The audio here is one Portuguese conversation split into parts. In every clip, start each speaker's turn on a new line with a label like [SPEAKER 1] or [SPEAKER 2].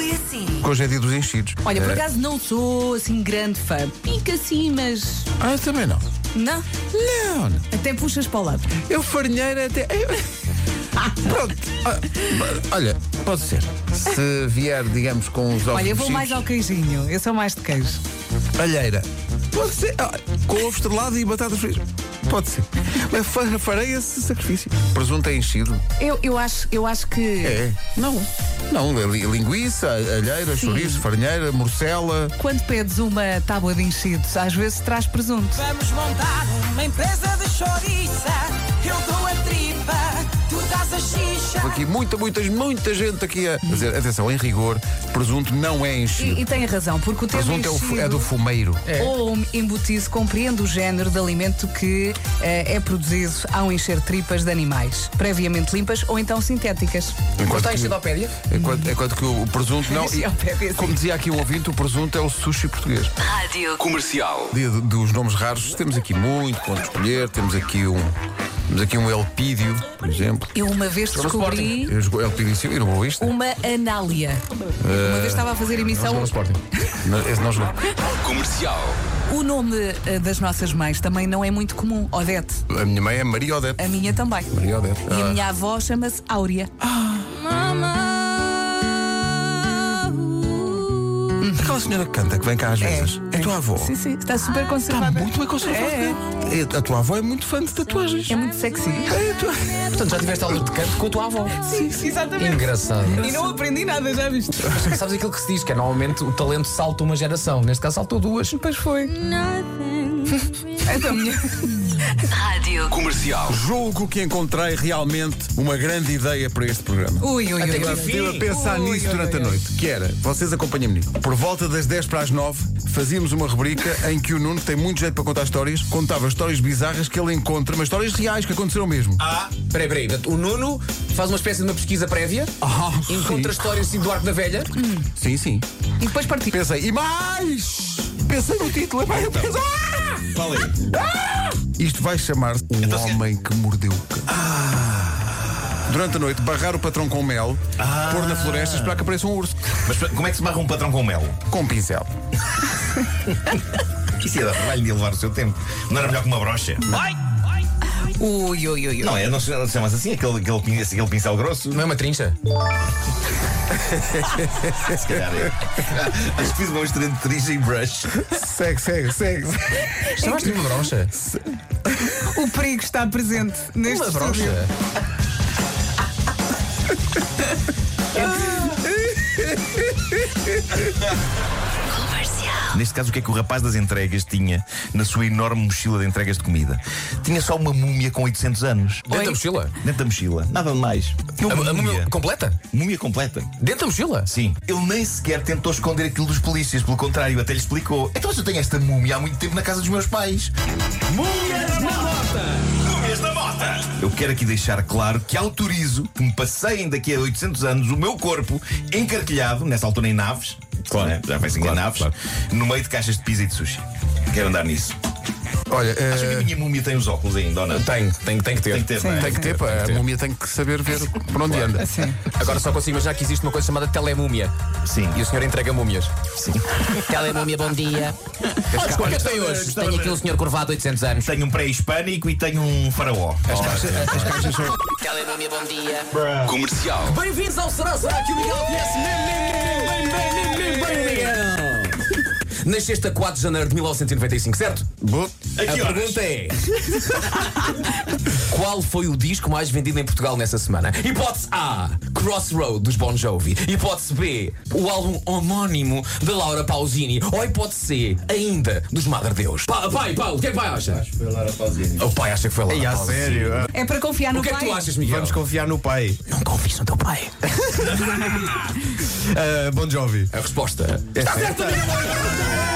[SPEAKER 1] assim.
[SPEAKER 2] sim.
[SPEAKER 3] Que hoje é dia dos enchidos.
[SPEAKER 2] Olha, por
[SPEAKER 3] Eh,
[SPEAKER 2] acaso não sou assim grande fã. Pica sim, mas.
[SPEAKER 3] Ah, eu também não.
[SPEAKER 2] Não.
[SPEAKER 3] Não, não.
[SPEAKER 2] Até puxas para o lado. Um
[SPEAKER 3] Eu farinheira até. eu- Pronto. Ah, Olha, pode ser. Se vier, digamos, com os ovos.
[SPEAKER 2] Olha, eu vou
[SPEAKER 3] mexidos,
[SPEAKER 2] mais ao queijinho. Eu sou mais de queijo.
[SPEAKER 3] Alheira. Pode ser. Ah, com ovo estrelado e batatas fritas. Pode ser. Mas fa- farei esse sacrifício. Presunto é enchido.
[SPEAKER 2] Eu, eu, acho, eu acho que.
[SPEAKER 3] É. Não. Não, é li- linguiça, alheira,
[SPEAKER 2] Sim.
[SPEAKER 3] chouriço, farinheira, morcela.
[SPEAKER 2] Quando pedes uma tábua de enchidos, às vezes traz presunto.
[SPEAKER 4] Vamos montar uma empresa de chouriça. Eu dou a tripa, tu dás a xixa.
[SPEAKER 3] Aqui muita, muitas, muita gente aqui a dizer, atenção, em rigor, presunto não é enchido.
[SPEAKER 2] E, e tem razão, porque o termo
[SPEAKER 3] Presunto é, o fu-
[SPEAKER 2] enchido...
[SPEAKER 3] é do fumeiro.
[SPEAKER 2] Ou embutido compreende o género de alimento que eh, é produzido ao encher tripas de animais, previamente limpas ou então sintéticas.
[SPEAKER 3] Enquanto
[SPEAKER 5] Está
[SPEAKER 3] que-
[SPEAKER 5] enxadopédia?
[SPEAKER 3] Enquanto, enquanto que o presunto não.
[SPEAKER 2] Sim, ao pé desse.
[SPEAKER 3] como dizia aqui o ouvinte, o presunto é o sushi português.
[SPEAKER 6] Comercial.
[SPEAKER 3] Dia do- dos nomes raros, temos aqui muito para onde escolher, temos aqui um. Temos aqui um Elpídio, por exemplo.
[SPEAKER 2] Eu uma vez descobri
[SPEAKER 3] Eu jogo Elpídio Silva e não vou isto.
[SPEAKER 2] uma anália. Uma vez estava a fazer emissão.
[SPEAKER 3] Não, esse não jogou.
[SPEAKER 6] Comercial.
[SPEAKER 2] O nome eh, das nossas mães também não é muito comum. Odete,
[SPEAKER 3] A minha mãe é Maria Odete.
[SPEAKER 2] a minha também.
[SPEAKER 3] Maria Odete.
[SPEAKER 2] E a minha avó chama-se Áurea.
[SPEAKER 3] Ah, Aquela senhora que canta, que vem cá às vezes. É, a tua avó.
[SPEAKER 2] Sim, sim, está super
[SPEAKER 3] Está
[SPEAKER 2] conservada.
[SPEAKER 3] muito bem conservada. É, A tua avó é muito fã de tatuagens.
[SPEAKER 2] É muito sexy.
[SPEAKER 3] É, a tua-
[SPEAKER 5] Portanto, já tiveste aula de canto com a tua avó.
[SPEAKER 2] Sim, exatamente.
[SPEAKER 5] Engraçado.
[SPEAKER 2] E não aprendi nada, já viste?
[SPEAKER 5] Sabes aquilo que se diz, que é normalmente o talento salta uma geração. Neste caso saltou duas.
[SPEAKER 2] Pois foi. Então, minha...
[SPEAKER 6] Comercial.
[SPEAKER 3] Julgo que encontrei realmente uma grande ideia para este programa.
[SPEAKER 2] Ui, ui, ui. ui.
[SPEAKER 3] Estive a pensar
[SPEAKER 2] Ui,
[SPEAKER 3] nisso
[SPEAKER 2] ui,
[SPEAKER 3] durante
[SPEAKER 2] ui,
[SPEAKER 3] a noite, que era, vocês acompanham-me nisto. Por volta das 10 para as 9, fazíamos uma rubrica em que o Nuno, que tem muito jeito para contar histórias, contava histórias bizarras que ele encontra, mas histórias reais que aconteceram mesmo.
[SPEAKER 5] Ah, peraí, peraí. Portanto, O Nuno faz uma espécie de uma pesquisa prévia,
[SPEAKER 3] Ah,
[SPEAKER 5] encontra histórias assim do Arco da Velha.
[SPEAKER 3] sim, sim.
[SPEAKER 2] E depois parti.
[SPEAKER 3] Pensei, e mais! Pensei no título, é epá, eu pensei, ah! Isto vai chamar-se O Homem que Mordeu o Cão. Durante a noite, barrar o patrão com mel, pôr na floresta, esperar que apareça um urso.
[SPEAKER 7] Mas pra- como é que se barra um patrão com mel?
[SPEAKER 3] Com um pincel.
[SPEAKER 7] Isso ia dar trabalho de levar o seu tempo. Não era melhor que uma brocha? Ah,
[SPEAKER 2] Ui, ui, ui, ui.
[SPEAKER 7] Não, é, não se não se chama-se assim, aquele, aquele, pin- esse- aquele pincel grosso.
[SPEAKER 5] Não é uma trincha?
[SPEAKER 7] Se calhar é. Acho que fiz uma mistura de trinja e brush.
[SPEAKER 3] Segue, segue, segue.
[SPEAKER 5] Chamaste-lhe é uma broncha?
[SPEAKER 2] O perigo está presente neste
[SPEAKER 5] é Uma
[SPEAKER 2] estúdio.
[SPEAKER 5] broncha?
[SPEAKER 7] Neste caso, o que é que o rapaz das entregas tinha na sua enorme mochila de entregas de comida? Tinha só uma múmia com 800 anos.
[SPEAKER 5] Dentro da mochila?
[SPEAKER 7] Dentro da mochila. Nada de mais. Tinha
[SPEAKER 5] A,
[SPEAKER 7] Uma
[SPEAKER 5] a
[SPEAKER 7] múmia.
[SPEAKER 5] múmia completa?
[SPEAKER 7] múmia completa.
[SPEAKER 5] Dentro da mochila?
[SPEAKER 7] Sim. Ele nem sequer tentou esconder aquilo dos polícias, pelo contrário, até lhe explicou. Então, mas eu tenho esta múmia há muito tempo na casa dos meus pais. Múmias na mota! Múmias na mota! Eu quero aqui deixar claro que autorizo que me passeiem daqui a 800 anos o meu corpo encarquilhado, nessa altura em naves, claro, né? já pensem em naves, no meio de caixas de pizza e de sushi. Quero andar nisso.
[SPEAKER 3] Olha,
[SPEAKER 7] Acho que a
[SPEAKER 3] eh,
[SPEAKER 7] minha múmia tem os óculos ainda, ou não?
[SPEAKER 5] Tem, tem, tem que ter.
[SPEAKER 7] Tem que ter, não é?
[SPEAKER 3] tem que ter, pá, a múmia tem que saber ver por onde anda.
[SPEAKER 2] Sim.
[SPEAKER 5] Agora só consigo imaginar que existe uma coisa chamada telemúmia.
[SPEAKER 7] Sim.
[SPEAKER 5] E o senhor entrega múmias.
[SPEAKER 7] Sim.
[SPEAKER 5] Telemúmia, bom dia. Olha, o que é que tem hoje?
[SPEAKER 7] Gostava
[SPEAKER 5] Tenho
[SPEAKER 7] de-
[SPEAKER 5] aqui um senhor curvado de 800 anos.
[SPEAKER 7] Tenho um pré-hispânico e tenho um faraó.
[SPEAKER 5] Telemúmia, bom dia.
[SPEAKER 6] Comercial.
[SPEAKER 5] Bem-vindos ao Será Será que o Miguel conhece bem, bem, bem, bem, bem, bem, bem, Miguel. Nasceste a 4 de janeiro de 1995, certo?
[SPEAKER 3] Bo-
[SPEAKER 7] Aqui,
[SPEAKER 5] a pergunta é: Qual foi o disco mais vendido em Portugal nessa semana? Hipótese A: Crossroad dos Bon Jovi. Hipótese B: O álbum homónimo da Laura Pausini. Ou hipótese C: Ainda dos Madre Deus. Pa- pai, Paulo, o que é que pai acha? Acho que foi a Laura Pausini. O pai acha que foi a Laura Pausini.
[SPEAKER 2] É para confiar no
[SPEAKER 5] O que é que
[SPEAKER 2] pai.
[SPEAKER 5] tu achas, Miguel? Vamos
[SPEAKER 8] Confiar no pai.
[SPEAKER 5] Não confies no teu pai.
[SPEAKER 8] Ah, bom Jovi.
[SPEAKER 5] A resposta é está certa.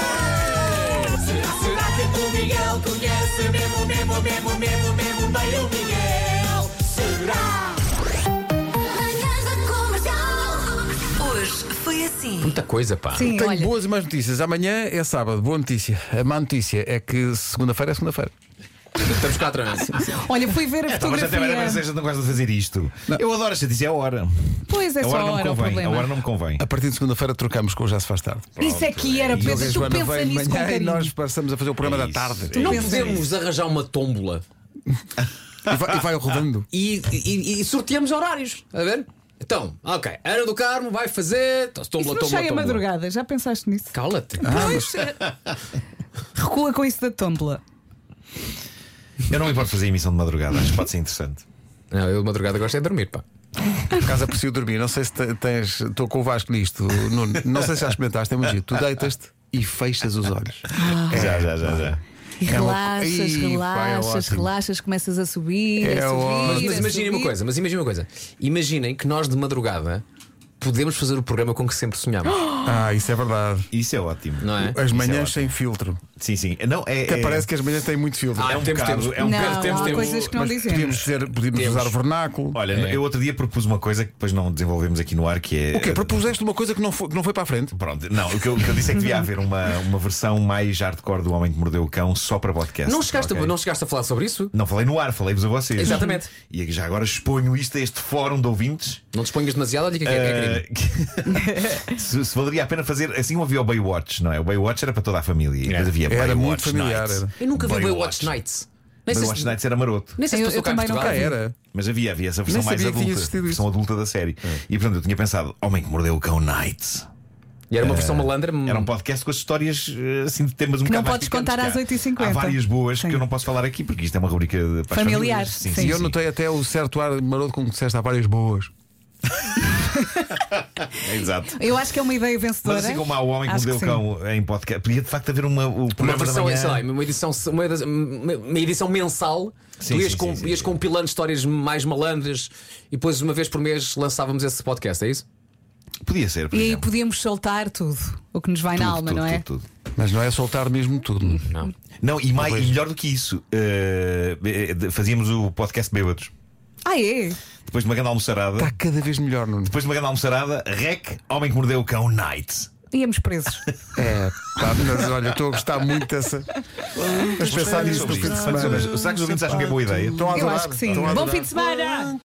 [SPEAKER 1] Manhãs da Comercial. Hoje foi assim.
[SPEAKER 5] Muita coisa, pá.
[SPEAKER 2] Sim,
[SPEAKER 3] Tenho
[SPEAKER 2] olha,
[SPEAKER 3] boas e más notícias. Amanhã é sábado, boa notícia. A má notícia é que segunda-feira é segunda-feira.
[SPEAKER 5] Estamos cá atrás.
[SPEAKER 2] Olha, fui ver a
[SPEAKER 7] Então, mas até bem, mas
[SPEAKER 2] fotografia.
[SPEAKER 7] vocês não gostam de fazer isto. Eu adoro esta disse, é a hora.
[SPEAKER 2] Pois é
[SPEAKER 7] a
[SPEAKER 2] só
[SPEAKER 7] hora
[SPEAKER 2] a
[SPEAKER 7] não me
[SPEAKER 2] hora o
[SPEAKER 7] convém. A hora
[SPEAKER 2] problema.
[SPEAKER 7] não me convém.
[SPEAKER 3] A partir de segunda-feira trocamos com o Já Se Faz Tarde.
[SPEAKER 2] Isso é que era,
[SPEAKER 3] E
[SPEAKER 2] Pedro. Tu
[SPEAKER 3] Joana
[SPEAKER 2] pensa
[SPEAKER 3] vem de
[SPEAKER 2] nisso com
[SPEAKER 3] manhã e
[SPEAKER 2] carinho.
[SPEAKER 3] nós passamos a fazer o programa
[SPEAKER 7] É
[SPEAKER 3] da tarde.
[SPEAKER 7] isso.
[SPEAKER 5] Não
[SPEAKER 2] pensa
[SPEAKER 5] podemos arranjar uma tómbola
[SPEAKER 3] E vai, e vai rodando.
[SPEAKER 5] e, e, e sorteamos horários. tá A ver? Então, ok. Ana do Carmo vai fazer. Então, Tómbola,
[SPEAKER 2] Isso
[SPEAKER 5] tómbola,
[SPEAKER 2] não chega à
[SPEAKER 5] tómbola.
[SPEAKER 2] madrugada, já pensaste nisso?
[SPEAKER 5] Cala-te.
[SPEAKER 2] Pois, eh, Recua com isso da tómbola.
[SPEAKER 7] Eu não me importo fazer emissão de madrugada, acho que pode ser interessante.
[SPEAKER 5] Não, eu de madrugada gosto é de dormir, pá.
[SPEAKER 3] Por acaso aprecio dormir. Não sei se te- tens. Estou com o Vasco nisto, Nuno. Não sei se já experimentaste, é muito giro. Tu deitas-te e fechas os olhos.
[SPEAKER 2] Ah.
[SPEAKER 7] Já, já, já, já.
[SPEAKER 3] É
[SPEAKER 2] E
[SPEAKER 3] uma-
[SPEAKER 2] relaxas,
[SPEAKER 3] Ih, pá, é
[SPEAKER 2] relaxas,
[SPEAKER 3] ótimo.
[SPEAKER 2] relaxas, começas a subir,
[SPEAKER 3] É
[SPEAKER 2] a subir.
[SPEAKER 3] ótimo.
[SPEAKER 2] a
[SPEAKER 5] Mas imaginem uma
[SPEAKER 2] subir.
[SPEAKER 5] coisa, mas imaginem uma coisa. Imaginem que nós de madrugada podemos fazer o programa com que sempre sonhámos,
[SPEAKER 3] Ah, isso é verdade.
[SPEAKER 7] Isso é ótimo.
[SPEAKER 5] não é?
[SPEAKER 3] As manhãs
[SPEAKER 7] ótimo.
[SPEAKER 3] sem filtro.
[SPEAKER 7] Sim, sim. Não, é,
[SPEAKER 3] Que
[SPEAKER 7] é-
[SPEAKER 3] parece que as manhãs têm muito filtro.
[SPEAKER 5] Ah,
[SPEAKER 7] é um
[SPEAKER 5] temos,
[SPEAKER 7] bocado-
[SPEAKER 5] temos.
[SPEAKER 7] é um
[SPEAKER 2] Não,
[SPEAKER 7] bocado-
[SPEAKER 2] há coisas que não
[SPEAKER 3] Mas
[SPEAKER 2] dizemos.
[SPEAKER 3] podíamos, ser, podíamos
[SPEAKER 5] Temos.
[SPEAKER 3] usar vernáculo.
[SPEAKER 7] Olha,
[SPEAKER 5] É.
[SPEAKER 7] eu outro dia propus uma coisa que depois não desenvolvemos aqui no ar, que é.
[SPEAKER 3] O quê? Propuseste uma coisa que não foi, que não foi para a frente?
[SPEAKER 7] Pronto, não, o que, eu, o que eu disse é que devia haver uma, uma versão mais hardcore do Homem que Mordeu o Cão só para podcast.
[SPEAKER 5] Não chegaste, a-
[SPEAKER 7] ok?
[SPEAKER 5] não chegaste a falar sobre isso?
[SPEAKER 7] Não falei no ar, falei-vos a vocês.
[SPEAKER 5] Exatamente.
[SPEAKER 7] E é já agora exponho isto a este fórum de ouvintes.
[SPEAKER 5] Não te exponhas demasiado, olha que é, que
[SPEAKER 2] Eh,
[SPEAKER 5] é crime.
[SPEAKER 7] Uh, Eh, se, se valeria a pena fazer assim, havia o Baywatch, não é? O Baywatch era para toda a família. E depois havia
[SPEAKER 3] É. Era
[SPEAKER 7] Baywatch
[SPEAKER 3] muito familiar,
[SPEAKER 7] Nights.
[SPEAKER 3] era.
[SPEAKER 5] Eu nunca vi Baywatch Nights. Nem sei
[SPEAKER 7] Baywatch
[SPEAKER 5] se-
[SPEAKER 7] Nights era maroto.
[SPEAKER 5] nem sei se
[SPEAKER 2] Eu-
[SPEAKER 5] passou
[SPEAKER 2] eu
[SPEAKER 5] cá em
[SPEAKER 2] também
[SPEAKER 5] Portugal.
[SPEAKER 2] nunca
[SPEAKER 3] Ah, era.
[SPEAKER 7] Mas havia, havia essa versão
[SPEAKER 3] Nem
[SPEAKER 7] mais
[SPEAKER 3] sabia que tinha
[SPEAKER 7] adulta.
[SPEAKER 3] existido É.
[SPEAKER 7] versão adulta da série. E portanto, eu tinha pensado: Homem que mordeu o cão Nights.
[SPEAKER 5] E era uma
[SPEAKER 2] Eh,
[SPEAKER 5] versão malandra.
[SPEAKER 3] Hum.
[SPEAKER 5] hum.
[SPEAKER 7] Era um podcast com as histórias eh, assim de temas um
[SPEAKER 2] Que não
[SPEAKER 7] bocado mais
[SPEAKER 2] podes
[SPEAKER 7] picantes,
[SPEAKER 2] contar
[SPEAKER 7] que há-
[SPEAKER 2] às 8h50.
[SPEAKER 7] Há várias boas
[SPEAKER 2] Sim.
[SPEAKER 7] que eu não posso falar aqui porque isto é uma rubrica de- para as
[SPEAKER 2] Familiar,
[SPEAKER 7] famílias.
[SPEAKER 2] sim.
[SPEAKER 3] E eu notei até o certo ar maroto com que disseste há várias boas.
[SPEAKER 7] É, Exato.
[SPEAKER 2] Eu acho que é uma ideia vencedora.
[SPEAKER 7] Mas assim como há o homem que
[SPEAKER 2] Acho
[SPEAKER 7] mordeu o
[SPEAKER 2] sim.
[SPEAKER 7] cão em podcast, podia de facto haver uma, o
[SPEAKER 5] Uma
[SPEAKER 7] programa da
[SPEAKER 5] versão,
[SPEAKER 7] manhã.
[SPEAKER 5] sei lá, uma edição, uma, uma- uma edição mensal.
[SPEAKER 7] Sim,
[SPEAKER 5] tu ias,
[SPEAKER 7] sim,
[SPEAKER 5] com-
[SPEAKER 7] sim, sim,
[SPEAKER 5] ias
[SPEAKER 7] sim.
[SPEAKER 5] compilando histórias mais malandras e depois, uma vez por mês, lançávamos esse podcast, é isso?
[SPEAKER 7] Podia ser, por
[SPEAKER 2] E aí
[SPEAKER 7] exemplo.
[SPEAKER 2] podíamos soltar tudo, o que nos vai na
[SPEAKER 7] Tudo,
[SPEAKER 2] alma,
[SPEAKER 7] tudo,
[SPEAKER 2] não é?
[SPEAKER 7] tudo, tudo.
[SPEAKER 3] Mas não é soltar mesmo tudo. não?
[SPEAKER 5] Não.
[SPEAKER 7] Não, e, mais, e melhor do que isso, eh, eh, de- fazíamos o podcast Bêbados.
[SPEAKER 2] Ah, é?
[SPEAKER 7] Depois de uma grande almoçarada,
[SPEAKER 2] Tá.
[SPEAKER 3] Está cada vez melhor, Nuno.
[SPEAKER 7] depois de uma grande almoçarada, Rec, Homem que Mordeu o Cão, Night.
[SPEAKER 2] Íamos presos.
[SPEAKER 3] É, pá, mas olha, estou a gostar muito dessa. Mas pensar nisso no
[SPEAKER 7] Sobre
[SPEAKER 3] fim de
[SPEAKER 7] isto.
[SPEAKER 3] semana.
[SPEAKER 7] Será que os ouvintes acham que é boa ideia?
[SPEAKER 3] Estão a
[SPEAKER 2] Eu
[SPEAKER 3] adorar.
[SPEAKER 2] acho que sim.
[SPEAKER 3] estão a
[SPEAKER 2] Bom
[SPEAKER 3] adorar.
[SPEAKER 2] fim de semana!